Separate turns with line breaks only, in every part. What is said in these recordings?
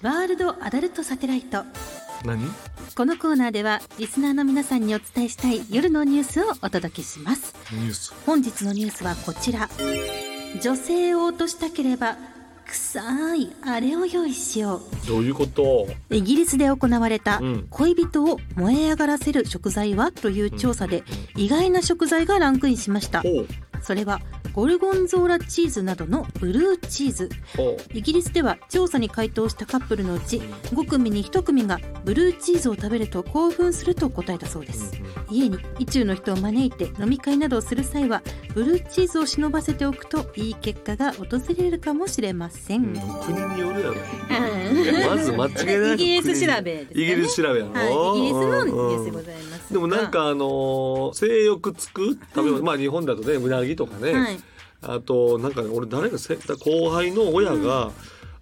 ワールドアダルトサテライト
何
このコーナーではリスナーの皆さんにお伝えしたい夜のニュースをお届けします
ニュース
本日のニュースはこちら女性を落としたければ臭いあれを用意しよ
どういうこと
うイギリスで行われた
うん
恋人を燃え上がらせる食材はという調査で意外な食材がランクインしました
ほう
それはゴルゴンゾーラチーズなどのブルーチーズ
ほ
イギリスでは調査に回答したカップルのうち5組に1組がブルーチーズを食べると興奮すると答えたそうで
う
す家に意中の人を招いて飲み会などをする際はブルーチーズを忍ばせておくといい結果が訪れるかもしれませ
うん
ん、
うんお国によるやろ
はい
いやまず間違いない
イギリス調べですかね
イギリス調べやろ、
はい、イギリスのニュースで
うん
ございます
でもなんかあのー性欲つく食べ物、
うん
まあ日本だとねうなぎとかね、
はい
あとなんかね俺誰かせ後輩の親が、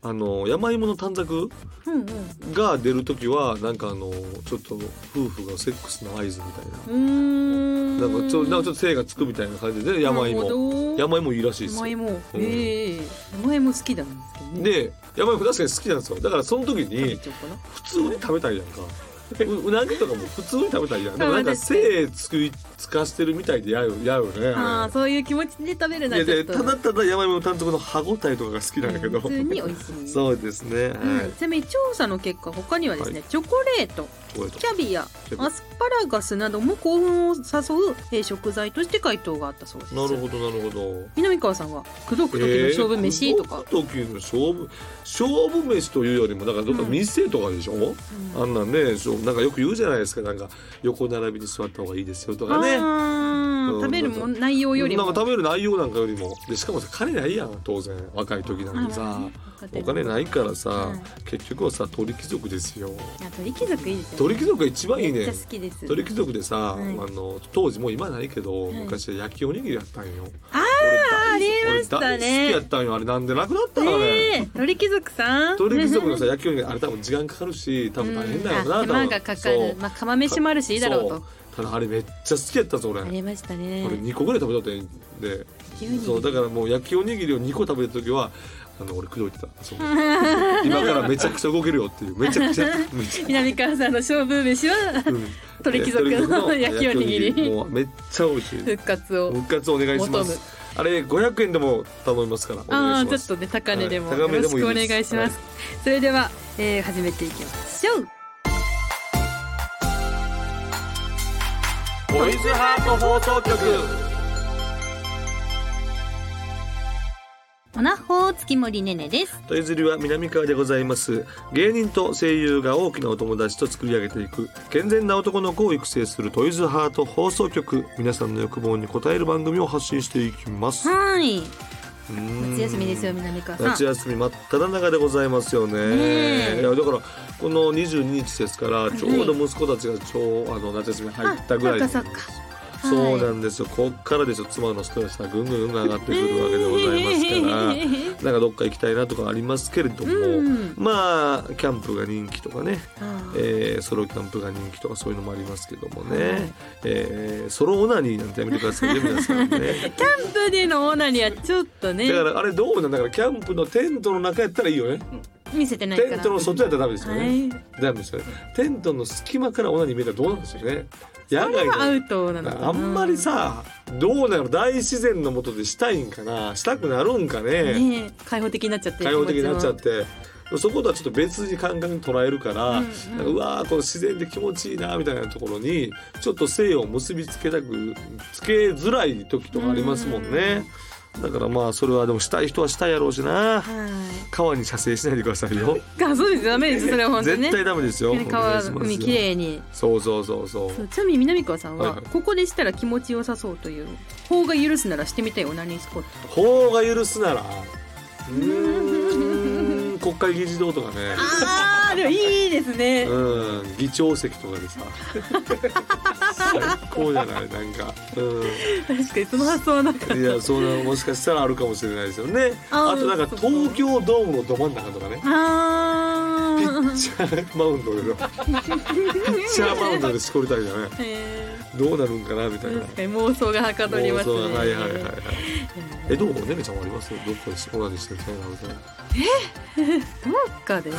あのー山芋の短冊
うんうん
が出る時はなんかあのーちょっと夫婦がセックスの合図みたいな
うーん
なんかちょなんかちょっと精がつくみたいな感じで山
なる
芋
ほど
山芋いいらしいです
山
よ
芋
うん
ええ山芋好きなんですけどね
で山芋確かに好きなんですよだからその時
食べ
に
ちゃおうかな
普通に食べたいやんかううなぎとかも普通に食べたいやんでもなんか
食べたい
精つくつかしてるみたいでやよやよね
ああ
あ
そういう気持ちで食べる
れ
ないち
や
ょっ
で
と
ただただ山芋の単独の歯ごたえとかが好きなんだけど
普通に美味しい
そうですね
うん
はい
ちなみに調査の結果他にはですね、
は
チョコレート
こういうと
キャビア
キャビア
アスパラガスなども興奮を誘うえー食材として回答があったそうです
なるほどなるほど
南川さんは「口説く時の勝負飯」とか、
時の勝負勝負飯というよりもだからどっか店とかでしょ、
うん
あんなんねそうなんかよく言うじゃないですかなんか横並びに座った方がいいですよとかね
あー
うん
食べるもん内容よりも
なんか食べる内容なんかよりもでしかもさ金ないやん当然若い時なんでさお金
い
ないからさ、
はい
結局はさ鳥貴族ですよ
や鳥貴族いいですよね
鳥貴族が一番いい
めっ
ね
ちゃ好きです
鳥貴族でさ、
はい
あの当時もう今ないけど、
はい
昔は焼きおにぎりやったんよ
あーありましたね
俺大好きやったんよあれなんでなくなったのあれ、
ねえ鳥貴族さん
鳥貴 族のさ
や
焼きおにぎりあれ多分時間かかるし多分大変だよな、
手
多
間
分
がかか
そう
るまあ釜飯もあるしいいだろう
そ
と
ただあれめっちゃ好きやったぞ俺
ありましたね
俺2個ぐらい食べたってで
急に
そうだからもう焼きおにぎりを2個食べた時はあの俺口説いてた そう今からめちゃくちゃ動けるよっていうめちゃくちゃめちゃ
南川さんの勝負飯 は
うん
鳥貴族の焼きおにぎ
焼きお
り
もうめっちゃ美味 しい
復活を
復活お願いしま
求む
すあれ500円でも頼みますからお
あ
願
あ
い
ち
し
ょ
ま
っ
す
とね高値でも
はい
よ
高め
ろ
で
し
もい
くお
い
願い
です
します、
はい
それでは、えー、始めていきましょう
ボイズハート放送局
おなほ月森ねねです
とゆずりは南川でございます芸人と声優が大きなお友達と作り上げていく健全な男の子を育成するトイズハート放送局皆さんの欲望に応える番組を発信していきます
はい夏
夏
休みですよ南川さん
夏休み真っ只中でございますよね
ねえ
いやだからこの22日ですからちょうど息子たちがちょうあの夏休み入ったぐらい
あそっかそっかはい
そうなんですよこっからでしょ妻のストレスがぐんぐんぐんぐん上がってくるわけでございますから
す
なんかどっか行きたいなとかありますけれども、
うん
まあキャンプが人気とかね、
から
えーソロキャンプが人気とかそういうのもありますけどもね、
はい
えーソロオナニーなんてやめてくださいね皆さんね。
キャンプでのオーナにはちょっとね
だからあれどうなんだからキャンプのテントの中やったらいいよね。
見せてないから
テントの外やったらダメですよね。
はい
ダメですよね。テントの隙間からオナニー見えたらどうなんですよね。野
あれ
外
はア
の
ウトなのかな
あんまりさどうなの大自然のもとでしたいんかなしたくなるんかね
ねえ開放的になっちゃって
開放的になっちゃっ
気持
てそことはちょっと別に感覚に捉えるから、
う
うん
うん
なんかうわーこの自然で気持ちいいなみたいなところにちょっと性を結びつけたくつけづらい時とかありますもんね、だからまあそれはでもしたい人はしたいやろうしな
ちもはい
川に射精しないでくださいよ
あそうですよダメですそれは本当にね
絶対ダメですよ
川
お願いします
海
よ
きれいに
そうそうそうそう
そうちなみに南川さんは、
はいはい
ここでしたら気持ちよさそうという法が許すならしてみたいオナニースポット
法が許す ならうーん国会議事堂とかね
あーでもいいですね
うん議長席とかでさ最高じゃないなんか、う
確かにその発想はなかった
ん、いやそんなもしかしたらあるかもしれないですよね
あー
あとなんか
そうか
東京ドームのど真ん中 とかね
あ
ピッ
ー
チャーマウンドでのピッチャーマウンドでしこりたいじゃない
え
どうなるんかなみたい
ー
な
確かに妄想がはかどりますね
妄想がはいはいはいはいえどうねねちゃんはありますどこでしこらにしてみたいなみたいな
どっかで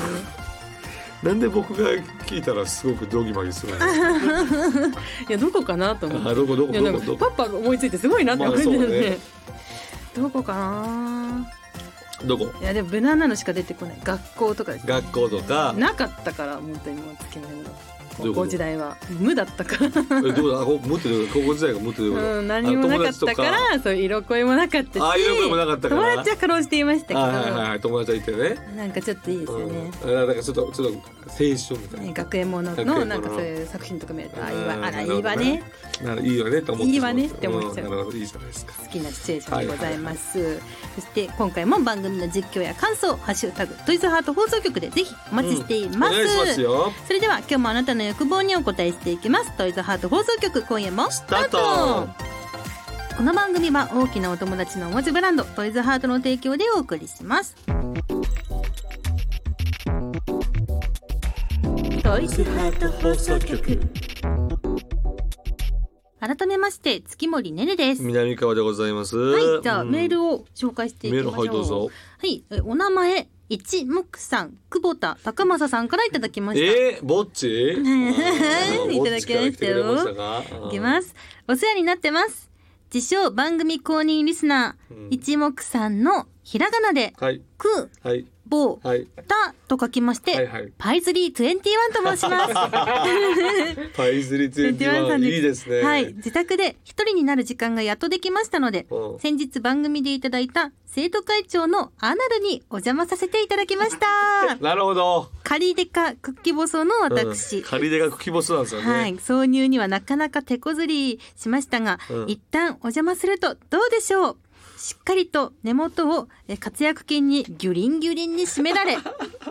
なんで僕が聞いたらすごくドギマギす るんですか
いやどこかなと思って
あどこどこ
いやな
ど
ん
こ
か
ど
パ
こ
ッパが思いついてすごいなって思ってたよ
まあそう
ね
ね。
どこかな
どこ
いやでも無難なのしか出てこない学校とかです
学校とか
なかったから本当にもうつけないの
どうい
高
うこ
校
と
時代は無だったから
えどういうことあこ持ってる高校時代が持ってること、
うん、何もなかったからそういう色恋もなかったし
ああいうのもなかったから
友達はかろうじていましたけど、
はいはいはい友達がいてね
なんかちょっといいですよね、
うん、あなんかちょっとちょっと青春みたい
ね学園もの
学園も
の
の
なんかそういう作品とか見るとああいい
うん
わあら
ないるほ
い
ど
わ
ね
ね
ななんかいいよねって思って
いいわねって思っちゃうん
なるほどいいじゃないですか
好きなシチュエーションでございます、そして今回も番組の実況や感想「ハッシュタグトイズハート放送局」でぜひお待ちしています,、
うんお願いしますよ
それでは今日もあなたの欲望にお答えしていきますトイズハート放送局今夜も
スタート
この番組は大きなお友達のおもちゃブランドトイズハートの提供でお送りしますトイズハート放送局改めまして月森ねねですは
南川でございます
いじゃあメー
を
ルを紹介していき
メ
ま
ー
し
ル
ょう
はいどうぞ
はいえお名前一目さん久保田高政さんからいただきました、
えー、ぼっ ち
はい
うんぼっちから来てくれましたか
いきます。お世話になってます。自称番組公認リスナー、
うん
一目さんのひらがなで、
うんはい
く、
はい
ぼ、
はい
たと書きまして、
はいはい
パイズリー21と申し ます。
パイズリツインティワンいいですね
はい。自宅で一人になる時間がやっとできましたので、
うん
先日番組でいただいた生徒会長のアナルにお邪魔させていただきました。
なるほど
カリデカクッキ細の私、
うん、カリデが茎ボスなんですよね、
はい、挿入にはなかなか手こずりしましたが、
うん
一旦お邪魔するとどうでしょうしっかりと根元をえ活躍筋にギュリンギュリンに締められ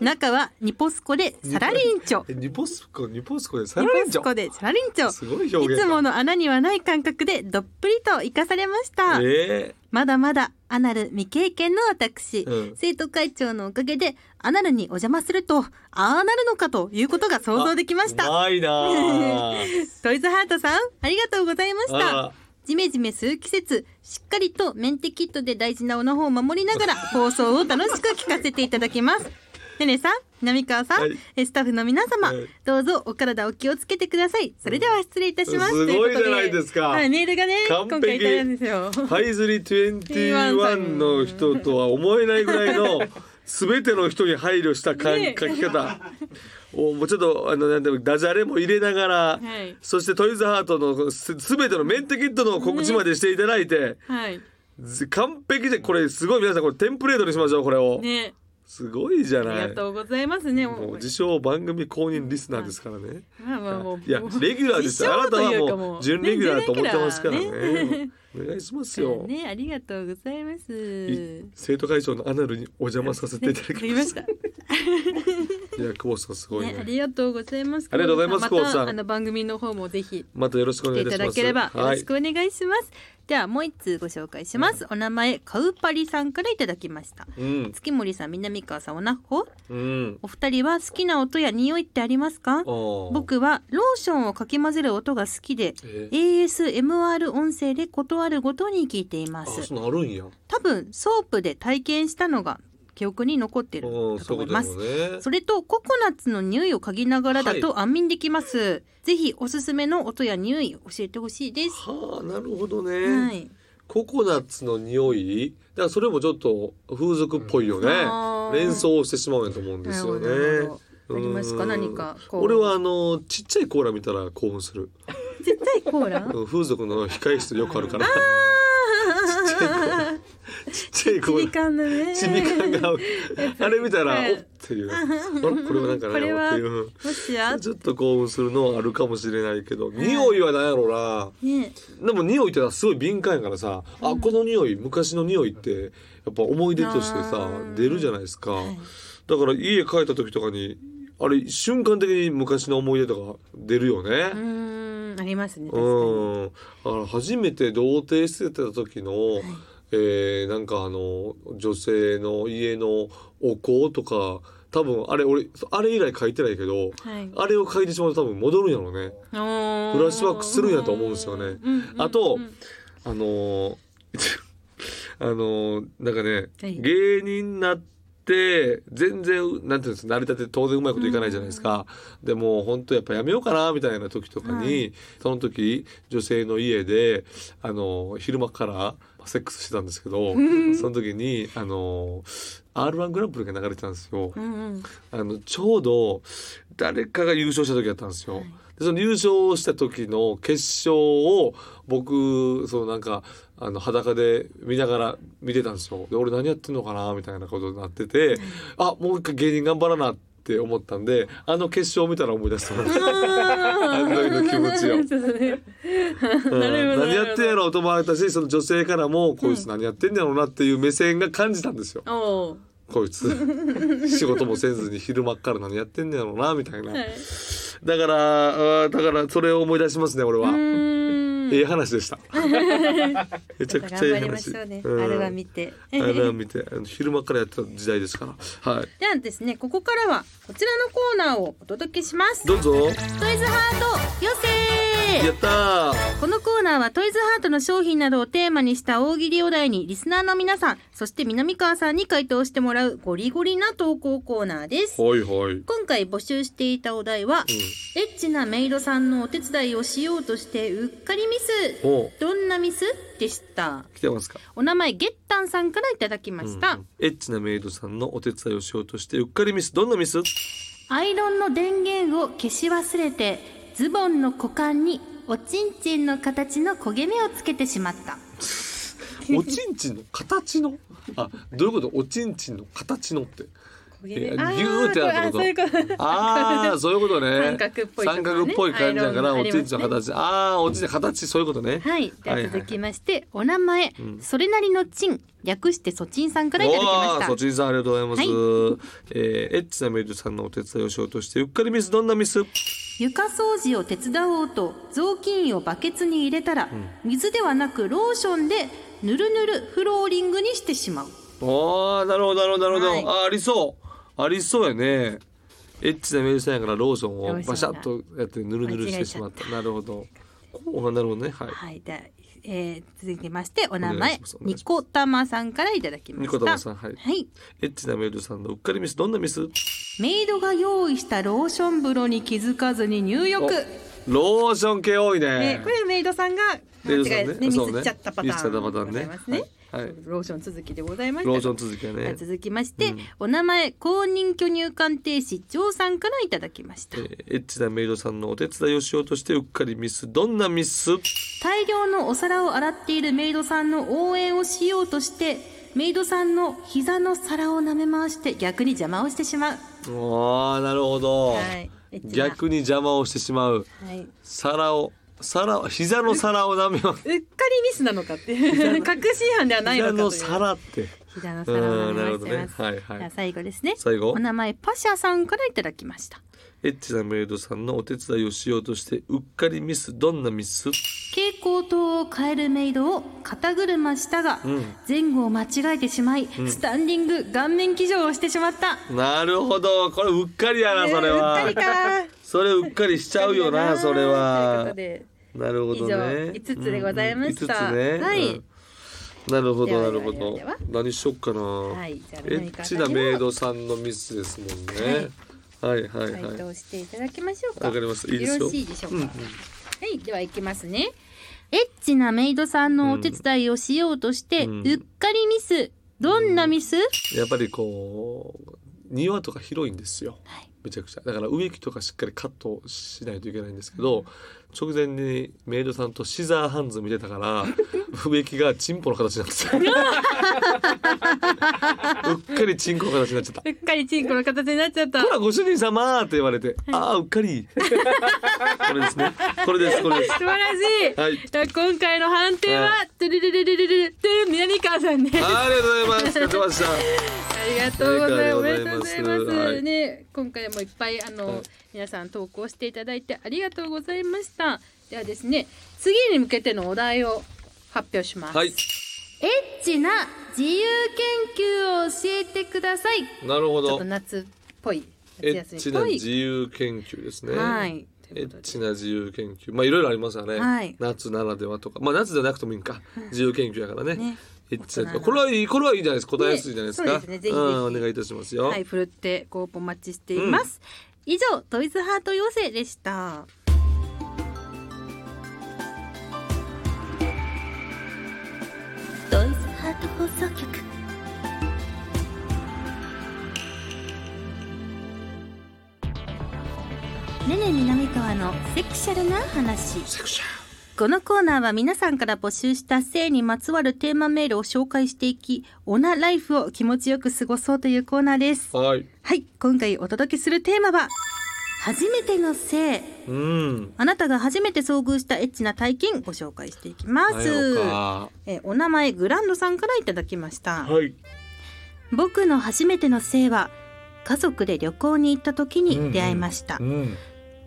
中はニポスコでサラリンチョ
えニポスコニポスコでサ
ニ
ラリ
ポ
ンジ
スコ
ョ
でサラリンチョ
すごい表
い
現
つ
だ
もの穴にはない感覚でどっぷりと生かされました、
え
まだまだアナル未経験の私、
うん
生徒会長のおかげでアナルにお邪魔するとああなるのかということが想像できまし
ー、
た
うまいなあ
トイズハートさんありがとうございまし
あ
た
ら
ジメジメする季節しっかりとメンテキットで大事なおの方を守りなが ら放送を楽しく聞かせていただきますねねさん南川さん、
はい
えスタッフの皆様、
はい
どうぞお体お気をつけてくださいそれでは失礼いたします
すごい
とうこと
じゃないですか
はい、メールがね
完璧
今回いただいたんですよ
パイズリ21の人とは思えないぐらいの全ての人に配慮したかん
ね
書き方おもうちょっとあのなんでもダジャレも入れながら、
はい
そしてトイズハートのす全てのメンテキットの告知までしていただいて、
はい
ず完璧でこれすごい皆さんこれテンプレートにしましょうこれを、
ね
すごいじゃ
あ
な
り
い
がとうございますね
もう
もう
自称番組公認リスナーですからね。
まあまあもう
いや
もう
レギュラーですよあな
自称
た
と いうかも
はも
う
う準レギュラーと思ってますから
ね準レギュラー
ね。お願いしますよ。
ねありがとうございます
い生徒会長のアナルにお邪魔させていただき
でき
ま
ま
し。
したた
いや久保さんすごい
ねあ
ね。
りがとうございます
ありがとうございま
久
す
保
久保さん
あの番組の方もぜひ
またよろしくお願い
来
い
て
た
い
したま
だ
す。
ければよ
は
ろ
い
し。くお願いします、ではもう一通ご紹介します、お名前カウパリさんからいただきました
うん
月森さん南川さんおなほ
うん。
お二人は好きな音や匂いってありますか
おー。
僕はローションをかき混ぜる音が好きで
え
ASMR 音声でことあるごとに聞いていま
あ
す
そんなんあるんや。
多分ソープで体験したのが記憶に残ってる
うん
だと
そう
思い
いうこと
ま
ですもね。
それとココナッツの匂いを嗅ぎながらだと安眠できます、ぜひおすすめの音や匂い教えてほしいです
はあなるほど
は
ね。
い。
ココナッツの匂いだからそれもちょっと風俗っぽいよね。
あー
連想をしてしまうんやと思うんで
なる
す
ほ
よ
ど
ね
な。るほど。ありますか
うん
何かこう
俺はあのちっちゃいコーラ見たら興奮する。
絶対コー ラ。
うん風俗の控え室よくあるから。 ちっちゃいコ
ち
ー
び
ラ。
かんだ ね。
ちびかんが合うあれ見たら
は
お
い
っっていうあらこれはなんか
こ
な
れは
っていう
もしや
ちょっと興奮するのはあるかもしれないけど匂いはなんやろ
ね
なでも匂いってのはすごい敏感やからさあこの匂い昔の匂いってやっぱ思い出として
あ
さ
ー
出るじゃないですか
い
だから家帰った時とかにあれ瞬間的に昔の思い出とか出るよね
う。ーんありますね。確
うん、だから初めて童貞してた時の、えーなんかあの女性の家のお香とか多分あれ俺あれ以来書いてないけど
かに。はい。
あれを書いてしまうと多分戻るんやろうね
フラ
フラッシュバックするんやと思うんですよねあとあのー あのーなんかね
はい
芸人になっって全然なんていうんですか慣れたて当然うまいこといかないじゃないですか、でも本当やっぱやめようかなみたいな時とかに、その時女性の家であの昼間からセックスしてたんですけど、その時にあの R1 グランプリが流れてたんですよ。
うんうん
あのちょうど誰かが優勝した時だったんですよ。でその優勝した時の決勝を僕そのなんかあの裸で見ながら見てたんですよ。で俺何やってんのかなみたいなことになっててあもう一回芸人頑張らなって思ったんであの決勝を見たら思い出した。あの時の気持ちを。う ん
なるほど
何やってんやろうと思われたしその女性からもこいつ何やってんだろうなっていう目線が感じたんですよ。
おう
こいつ 仕事もせずに昼間っから何やってんねやろうなみたいな、
はい
だからあーだからそれを思い出しますね俺は
うーん
ええ話でした
頑張り
めちゃくちゃいい
ま
話
しょうね。
うん
あれは見て。
あれは見てあの昼間からやってた時代ですからはい
じゃあですね、ここからはこちらのコーナーをお届けします。ト
どうぞ
イズハートよ
や
せ
ったー
このコーナーはトイズハートの商品などをテーマにした大喜利お題にリスナーの皆さん、そして南川さんに回答してもらうゴリゴリな投稿コーナーです。
はいはい
今回募集していたお題は、エッチなメイドさんのお手伝いをしようとしてうっかりミス。
おう
どんなミスでした。
来てますか
お名前ゲッタンさんからいただきました。
うんエッチなメイドさんのお手伝いをしようとしてうっかりミスどんなミ ス
アイロンの電源を消し忘れてズボンの股間におちんちんの形の焦げ目をつけてしまった
おちんちんの形のあどういうことおちんちんの形のって
焦
いやギューってなったことああそういうことね
三角っぽいとこね
三角っぽい感じだから
アイロンがあ
お
り
ち
ま
ん
す
ち
ね
んの形ああおちんちんの形そういうことね
はいでは続きまして、お名前、
ん
それなりのチン略してそちんさんからいただき
お
ま
ーそ
し
ちんさんありがとうございます、えーエッチなメイドさんのお手伝いをしようとしてうっかりミスどんなミス
た床掃除を手伝おうと雑巾をバケツに入れたら、水ではなくローションでぬるぬるフローリングにしてしまう
ああなるほどなるほどなるほど、
はい
あーありそうありそうやねエッチなメイドさんやからローション
ロー
を
ションが
バシャッとやってぬるぬるしてしまったなるほどこうなるほどねはい
はい、で、えー、続きましてお名
お願い
前
しますお願
ニ
いします
コタマさんからいただきました。
ニコタマさんはい
はい。
エッチなメイドさんのうっかりミスどんなミス
メイドが用意したローション風呂に気づかずに入浴。
ローション系多い
ね
ね、
これメイドさんが間
メイドさんね
違いですね、ミ
そうね
スっちゃったパターン。
ミスっちゃったパターンね
ございますね。
はいはい
ローション続きでございました。
ローション続きは
では
ね
続きまして、お名前公認巨乳鑑定士張さんからいただきました
え。ーエッチなメイドさんのお手伝いをしようとしてうっかりミスどんなミス
大量のお皿を洗っているメイドさんの応援をしようとしてメイドさんの膝の皿を舐め回して逆に邪魔をしてしまう
ああなるほど、
はいエッチな
逆に邪魔をしてしまう
はいうっか
皿を皿を膝の皿を舐め ます
りミスなのかっていう 確信犯ではないの
膝
かという
の皿って
膝の
う
皿を
んな
舐
るほど
め回して
ね
ます、
はい
じ
は
ゃあ
い
最後ですね
最後
お名前パシャさんからいただきました
エッチなメイドさんのお手伝いをしようとしてうっかりミスどんなミス
蛍光灯を変えるメイドを肩車したが、
ん
前後を間違えてしまい、スタンディング顔面騎乗をしてしまった
なるほどこれうっかりやなそれは、
うっかりか
それうっかり しちゃうよなそれ
というこ
は
とで
なるほどね。
以上五つでございました
うん五つね。
はい
うんなるほ
では
どなるほ
で
ど
はでは。
何しよっかな。
いじゃあ
エ
何か
ッチなメイドさんのミスですもんね。はいはい
回
はい。
答していただきましょうか。
わかりますいいですよ
ろしいでしょうか。はい、では行きますね。エッチなメイドさんのお手伝いをしようとして、う
う
っ
ん
かりミス。どんなミス？
やっぱりこう庭とか広いんですよ。
はい
めちゃくちゃだから植木とかしっかりカットしないといけないんですけど、直前にメイドさんとシザーハンズ見てたから植木がチンポの形になってた うっかりチンコの形になっちゃった
うっかりチンコの形になっちゃった
ほらご主人様って言われて、ああうっかり。これですね。これですこれです。
素晴らしい。
はい。
じゃあ今回の判定は、
はい
トゥルルルルルルルトゥル南川さんです。あ
ありがとうございます。出ました。
りがとうございます。おめ
あ
で
り
と
が
う
とう
ございま
ございます
す。
はい
ね、今回もいっぱいあの、
はい
皆さん投稿していただいてありがとうございました。ではですね、次に向けてのお題を発表します。
はい。
エッチな自由研究を教えてください。ち
なるほ
ょっと
ど。
夏っぽい。
エ
夏
ッ
休
チ
みっ
な
ぽい
自由研究ですね。
はい。とい
エ
うこと
ッ
で
チな自由研究まあいろいろありますよね、
はい
夏ならではとかまあ夏じゃなくてもいいんか自由研究やからね
ね
エッチなこれはいいこれはいいじゃないですか答えやすいじゃないですか
ねそうですねぜひぜひ
うんお願いいたしますよ、
はい、ふるってご応募お待ちしています。以上、トイズハート妖精でした。
ドイツハート放送局ねね南川のセクシャルな話
セクシャ
このコーナーは皆さんから募集した性にまつわるテーマメールを紹介していき、オナライフを気持ちよく過ごそうというコーナーです。
ルはい
はい、今回お届けするテーマは、初めての性。
うん
あなたが初めて遭遇したエッチな体験ご紹介していきま
なんや
す
ろ。か
えお名前グランドさんからいただきました。
はい
僕の初めての性は家族で旅行に行った時に出会いました、
うん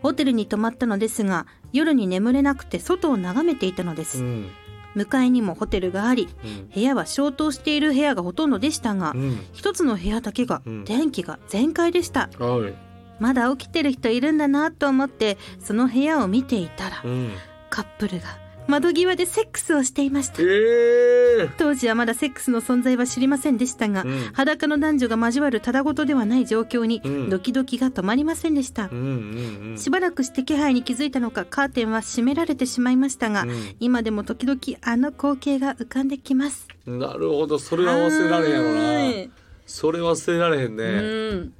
ホテルに泊まったのですが夜に眠れなくて外を眺めていたので
う
す、
ん
向かいにもホテルがあり
うん
部屋は消灯している部屋がほとんどでしたが、
うん
一つの部屋だけが
うん
電気が全開でした
はい
まだ起きてる人いるんだなと思ってその部屋を見ていたら
うん
カップルが窓際でセックスをしていまし
え
た
え
当時はまだセックスの存在は知りませんでしたが、
うん
裸の男女が交わるただごとではない状況に
うん
ドキドキが止まりませんでした
う、んうんうん
しばらくして気配に気づいたのかカーテンは閉められてしまいましたが、
う
今でも時々あの光景が浮かんできます
んなるほどそれは忘れられへんやろ
は
ないそれ忘れられへんね、
うん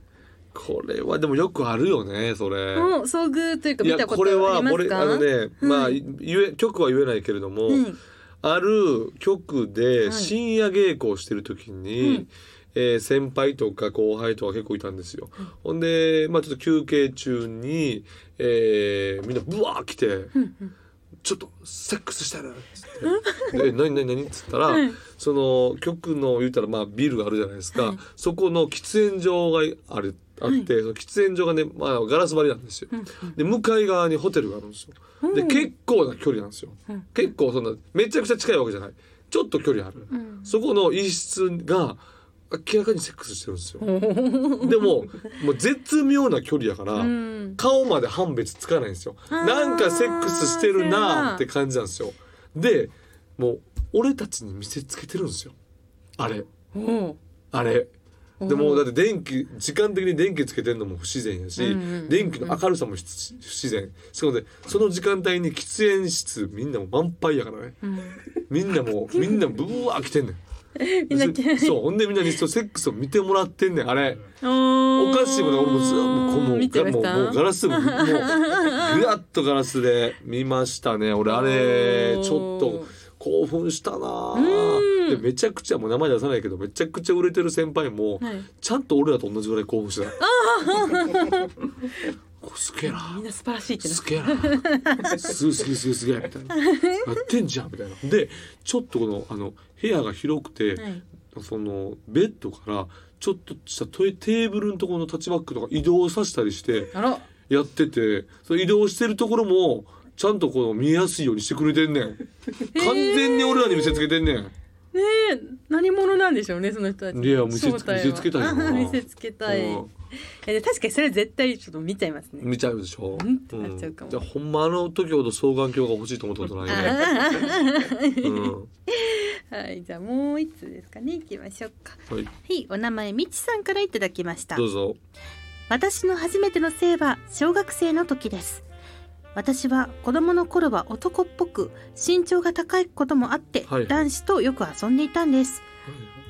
これはでもよくあるよねそれ、
もう遭遇というか
い
見
や
たこ
これ
とあ
は
りま
こ
す
れ
か
あのね、まあ
うん
言え曲は言えないけれども、
うん
ある局で
い
深夜稽古をしてる時に、
うん
えー先輩とか後輩とか結構いたんですよ。ほんで、まあ、ちょっと休憩中に、えーみんなブワー来て、
うんうん
ちょっとセックスしたら」っつって「で何何何?」っつったら、その局の言うたらまあビルあるじゃないですか、そこの喫煙所があれあって、その喫煙所がね、まあ、ガラス張りなんですよ。で向かい側にホテルがあるんですよ。で結構な距離なんですよ。結構そんなめちゃくちゃ近いわけじゃないちょっと距離ある、そこの一室が明らかにセックスしてるんですよ。でももう絶妙な距離やから。
うん
顔まで判別つかないんですよ
ー
なんかセックスしてるなーって感じなんですよでもう俺たちに見せつけてるんですよあれ
おう
あれでもうだって電気時間的に電気つけてるのも不自然やし、
うんうんうん
電気の明るさもひつ不自然しかもねその時間帯に喫煙室みんなもう満杯やからね
うん
みんなもうみんなブワー来てんねん
みんな来て
そうほんでみんなにそうセックスを見てもらってんねんあれ。お
お
かしいもんね俺もずっともうこうもう
見てました
もうもうガラスももうぐわっとガラスで見ましたね俺あれ
おー
ちょっと興奮したなあ
うん
でめちゃくちゃもう名前出さないけどめちゃくちゃ売れてる先輩も、
はい
ちゃんと俺らと同じぐらい興奮してた こすげえな
みんな素晴らしいってな
すげえなすげえすげえすげえすげえみたい なやってんじゃんみたいなでちょっとこのあの部屋が広くて、
はい
そのベッドからちょっとしたトイテーブルのところのタッチバックとか移動させたりして
あら
やっててその移動してるところもちゃんとこの見えやすいようにしてくれてんねん 完全に俺らに見せつけてんねん
ねえ何者なんでしょうねその人たち
いや見せつ
正体は
見せつけたいよな
見せつけたい、
うん
えで確かにそれ絶対ちょっと見ちゃいますね
見ちゃうでしょ
うんってなっちゃうかも
じゃあほんまあの時ほど双眼鏡が欲しいと思ったことないね、うん
はいじゃあもう一つですかね行きましょうか
はい、
はいお名前みちさんからいただきました
どうぞ
私の初めての性は小学生の時です私は子供の頃は男っぽく身長が高いこともあって、
はい
男子とよく遊んでいたんです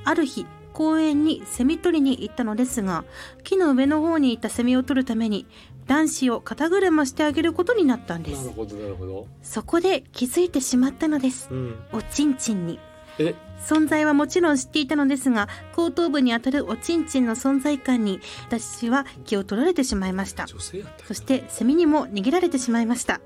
ある日公園にセミ取りに行ったのですが木の上の方にいたセミを取るために男子を肩車してあげることになったんで
なる
す
ほどなるほど、
そこで気づいてしまったのです
うん、
おちんちんに
え
存在はもちろん知っていたのですが後頭部にあたるおちんちんの存在感に私は気を取られてしまいました
女性やった
そしてセミにも逃げられてしまいました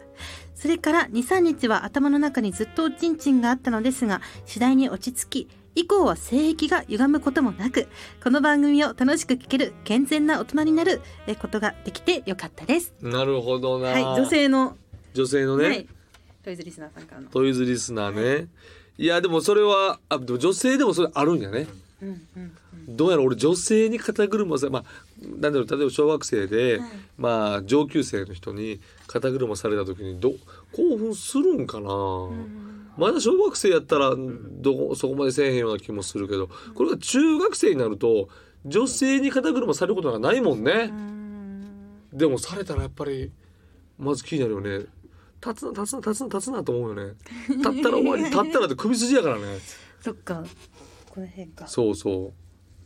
それから23日は頭の中にずっとおちんちんがあったのですが次第に落ち着き以降は性癖が歪むこともなくこの番組を楽しく聞ける健全な大人になるえことができてよかったです
なるほどな、
はい女性の、
女性のね、
はいトイズリスナーさんからの
トイズリスナーね。いやでもそれはあでも女性でもそれあるんやね。
うんうん
どうやら俺女性に肩車さまあなんだろう例えば小学生で、まあ上級生の人に肩車された時にど興奮するんかな。
うん
まだ小学生やったらどこそこまでせえへんような気もするけどこれが中学生になると女性に肩車されることがないもんねでもされたらやっぱりまず気になるよね立つな立つな立つな立つなと思うよね立ったら終わり立ったらって首筋やからね
そっかこの辺か
そうそ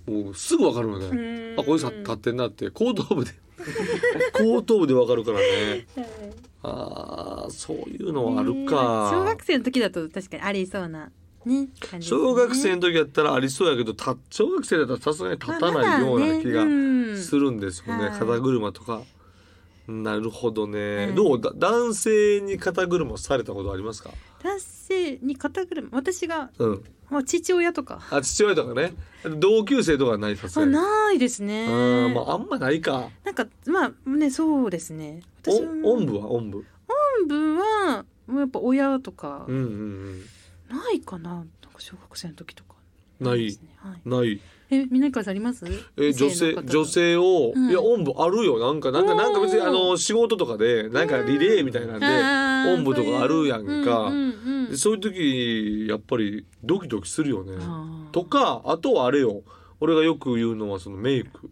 うもうすぐ分かるよねあこういう人立ってんなって後頭部で後頭部で分かるからねあーそういうのはあるか、
小学生の時だと確かにありそうなね感じですね
小学生の時やったらありそうやけどた小学生だったらさすがに立たないような気がするんですよね,、
まあまだねうん
肩車とか。なるほどね、
はい
どうだ男性に肩車されたことありますか、
男性に肩車私が
うん、
まあ父親とか
あ父親とかね同級生とかはないさす
あ
がに
ないですね
うんまああんまないか
なんかまあねそうですね
お
私も
おんぶはおんぶ
本部はもうやっぱ親とか
うんうん
ないかななんか小学生の時とか
うんない
ですねはい、
ない
え南川さんあります
え女性
の方
女性を、
うん
いやおんぶあるよなんかなんかなんか別にあの仕事とかでなんかリレーみたいなんで、
あー
おんぶとかあるやん
そういううんう
か
んうん
でそういう時やっぱりドキドキするよね。
あー
とかあとはあれよ俺がよく言うのはそのメイク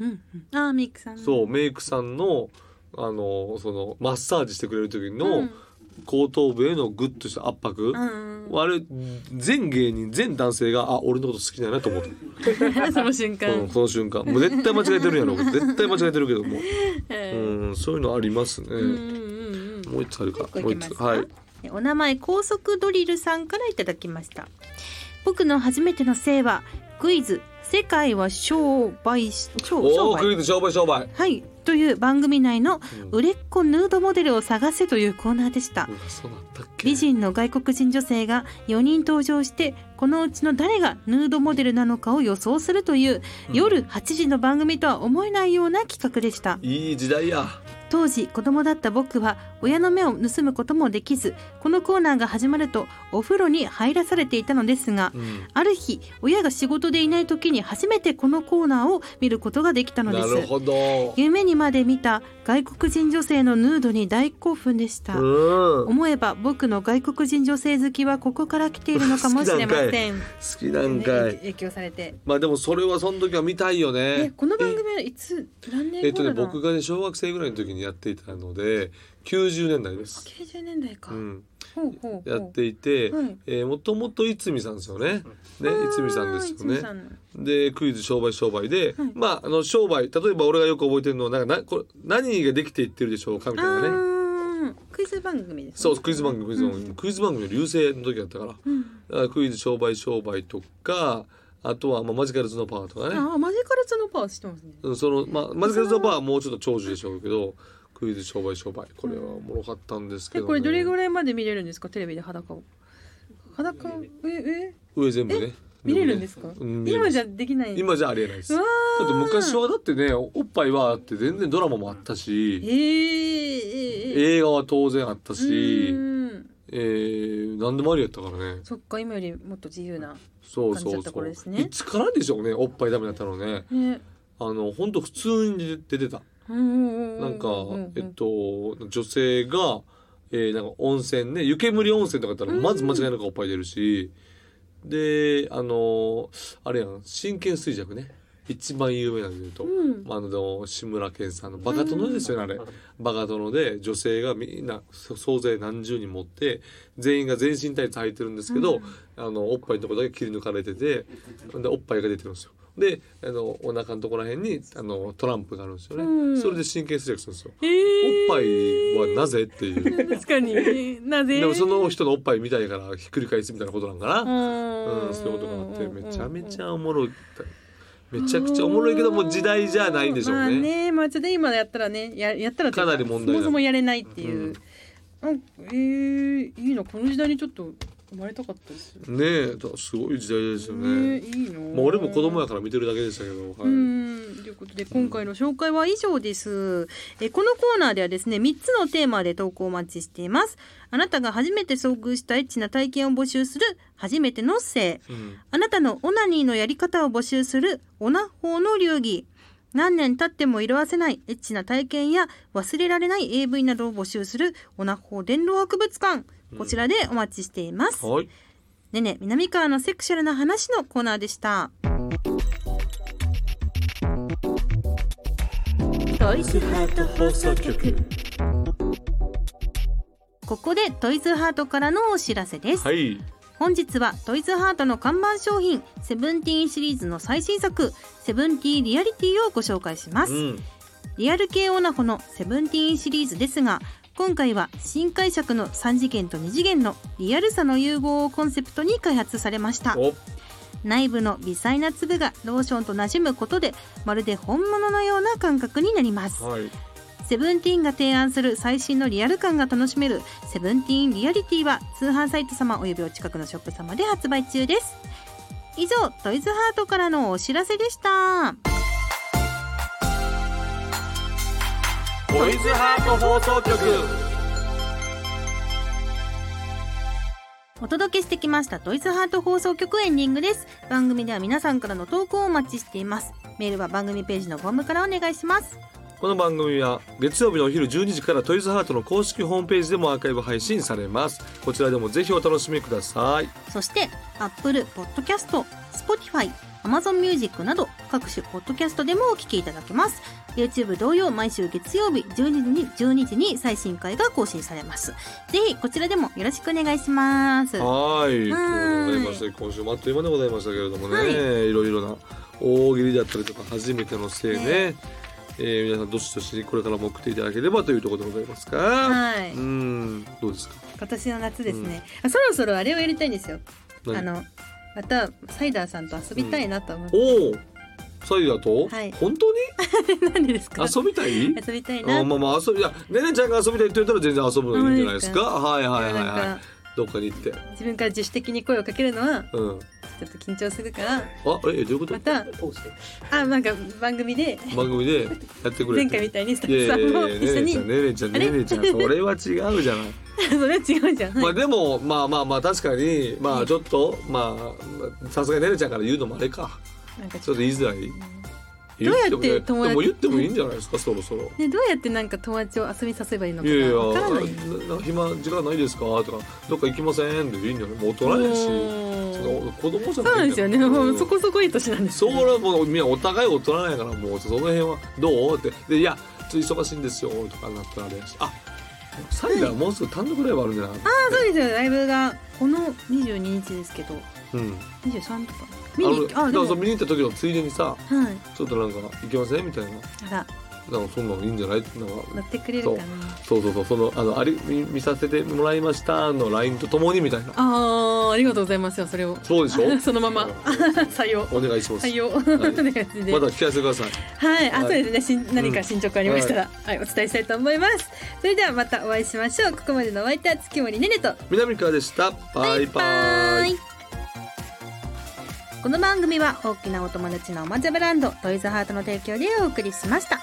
うんうん、あーミックさんの
そうメイクさんのあのそのマッサージしてくれる時
う
の
ん
後頭部へのグッとした圧迫、
うん
あれ全芸人全男性があ俺のこと好きだなと思った、
うん、 その瞬間、
うん、その瞬間もう絶対間違えてるんやろ絶対間違えてるけどもうんそういうのありますね、
うんうんうん
もう一つあるか
結構い
もう
き
一
ます
つ
か
はい
えお名前高速ドリルさんからいただきました僕の初めての性はクイズ世界は商売し商
お
商
おク
売
イズ商売商売、
はいという番組内の
うん
売れっ子ヌードモデルを探せというコーナーでした
うわそうだったっけ
美人の外国人女性が4人登場してこのうちの誰がヌードモデルなのかを予想するという
うん
夜8時の番組とは思えないような企画でした
いい時代や
当時子供だった僕は親の目を盗むこともできずこのコーナーが始まるとお風呂に入らされていたのですが
うん
ある日親が仕事でいない時に初めてこのコーナーを見ることができたので
なる
す
ほど
夢にまで見た外国人女性のヌードに大興奮でした、
うん好
思えば僕の外国人女性好きはここから来ているのかもしれません。
きなんかい
影響されて。
まあでもそれはその時は見たいよ
え
ね
この番組はいつ何年
えっと
頃
ね
だの？
僕がね小学生ぐらいの時にやっていたので90年代です
九十年代か。
うん
ほうほう
や
ほ
っ
う。
ていて
はい
えーもともといつみさんですよねねいつみさん
あ
ですよ
ーいつみ
ね
さんの
でクイズ商売商売で、
はい
まああの商売例えば俺がよく覚えてるのはなんかなこれ何ができていってるでしょうかみたい
あ
なね
ークイズ番組です、ね。
そうクイズ番組クイズ番組、クイズ番組の流星の時だったから
うん。
だからクイズ商売商売とかあとはまあマジカルズのパワーとか
あ
ね
ーマジカルツのパワーしてますね。
うんそのまあマジカルズのパワーはもうちょっと長寿でしょうけどクイズ商売商売これはおもろかったんですけ
え
ど、ね、
これどれぐらいまで見れるんですかテレビで裸を。裸をええ
上全部ね
見れるんですか？
うん見れま
今
す
じゃできない。
今じゃありえないです
う
だ
わー
って昔はだってねおっぱいはあって全然ドラマもあった
え
し
ー、えー、え
映画は当然あったし、
ー。
えー、何でもありやったからね
そっか今よりもっと自由な。
そう
感じ
そ
だ
う
った
そ
頃
う、
ですね
いつからでしょうねおっぱいダメだったのね
ね。
あの本当普通に出てたな
なん
か、えっと女性が、えーなんか温泉ね湯煙温泉とかだったらまず間違いなくおっぱい出るし、であのあれやん真剣衰弱ね一番有名なんで言うと、
うん
あの志村けんさんのバカ殿ですよね、あれバカ殿で女性がみんなそ総勢何十人持って全員が全身タイツ履いてるんですけど、あのおっぱいのとこだけ切り抜かれててでおっぱいが出てるんですよであのお腹のところらへんにあのトランプがあるんですよね、
うん
それで神経衰弱するんですよ
え
おっぱい
ー
はなぜっていう
確かになぜ
でもその人のおっぱい見たいからひっくり返すみたいなことなんかな、
う
うん、そういうことがあってめちゃめち
ゃ
ゃおもろいめちゃくちゃおもろいけどもう時代じゃないんでしょ
まあ
うね。
ねまあちょっと今やったらねややったらという
かなり問題だ
そもそもやれないっていう、うん、えー、いいなこの時代にちょっと生まれたかったですよ
ねえだすごい時代ですよ
ね
ね。
いいな
まあ俺も子供やから見てるだけでしたけど、
う
はい、
んということで今回の紹介は以上です、えこのコーナーではですね3つのテーマで投稿お待ちしていますあなたが初めて遭遇したエッチな体験を募集する初めての性
うん
あなたのオナニーのやり方を募集するオナ法の流儀何年経っても色あせないエッチな体験や忘れられない AV などを募集するオナ法伝道博物館
うん
こちらでお待ちしています。
はい
ねね南川のセクシャルな話のコーナーでした。
トイズハート放送局
ここでトイズハートからのお知らせです。
はい
本日はトイズハートの看板商品セブンティーンシリーズの最新作セブンティーンリアリティをご紹介します。
うん
リアル系オナホのセブンティーンシリーズですが今回は新解釈の3次元と2次元のリアルさの融合をコンセプトに開発されました
お
内部の微細な粒がローションとなじむことでまるで本物のような感覚になります
はい
セブンティーンが提案する最新のリアル感が楽しめるセブンティーンリアリティは通販サイト様およびお近くのショップ様で発売中です以上トイズハートからのお知らせでした
トイズハート放送局
お届けしてきましたドイツハート放送局エンディングです番組では皆さんからの投稿をお待ちしていますメールは番組ページのフォームからお願いします
この番組は月曜日のお昼12時からトイズハートの公式ホームページでもアーカイブ配信されますこちらでもぜひお楽しみください
そして Apple Podcast、Spotify、Amazon Music など各種ポッドキャストでもお聞きいただけます YouTube 同様毎週月曜日12時に12時に最新回が更新されますぜひこちらでもよろしくお願いします
は
はい
いということでございまして今週もあっという間でございましたけれどもね、、
はい
ろいろな大喜利だったりとか初めてのせいね、えー皆さんどしどしこれからも送っていただければというところでございますか、
はい
うんどうですか
今年の夏ですね、あそろそろあれをやりたいんですよ
何
あのまたサイダーさんと遊びたいなと思って、
おおサイダーと、
はい
本当 に
なんでですか
遊びたい
遊びたい
あ
な
まあまあ遊びいやねねちゃんが遊びたいって言ったら全然遊ぶのいいんじゃないですかはいはいはい
なん
は
か
いどっかに行って
自分から自主的に声をかけるのは
うん
ちょっと緊張するから
あえどういうこと
またあなんか番組で
番組でやってくれ
前
て
回みたいにスタ
いや
ッ
い
フさ
や
ん
い
も
や
一緒
ねね
に
ちゃん
あ
ねねちゃん
れ
ねねちゃんそれは違 うじゃない
それは違うじゃん、
まあでもまあまあまあ確かにまあちょっとまあさすがにねねちゃんから言うのもあれか
なんか
ち
ち
ょ
ょっと
っと言いづらい
どうやって
言
友
もね
達
でも言ってもいいんじゃないですかそろそろ
ねどうやってなんか友達を遊びさせばいいの
い
か
やいや
わからない
なな暇時間ないですかとかどっか行きませんでいいんじゃないもう大人やし
お
そ
ー
の子供じゃ
そうなんですよねも
う
うんそこそこいい年なんです
そ
よね
れはもうみんなお互い大人なんやからもうその辺はどうってでいやちょっと忙しいんですよとかなったらあれやしあサイダーもうすぐ単独ライブあるんじゃない
あそうですよライブがこの22日ですけど
うん
23とか
あ
見
の
に
だ
あ
か
で
ら
も
そう見に行った時のついでにさ
はい
ちょっとなんか行けませんみたいななんか
あら
そんなのいいんじゃないなんか
乗ってくれるかな
そうそうそうそのあのあれ見見させてもらいましたの LINE とともにみたいな
あーありがとうございますよそれを
そうでし ょ
そのまま採用
お願いします
採 用
い
という感じで
まだ聞かせてください
はい、あ、
はい
そうですね、しん何か進捗ありましたら、はい、お伝えしたいと思います。それではまたお会いしましょう。ここまでのお相手は月森ねねと。
南川でしたバイバイ。
この番組は大きなお友達のおもちゃブランドトイズハートの提供でお送りしました。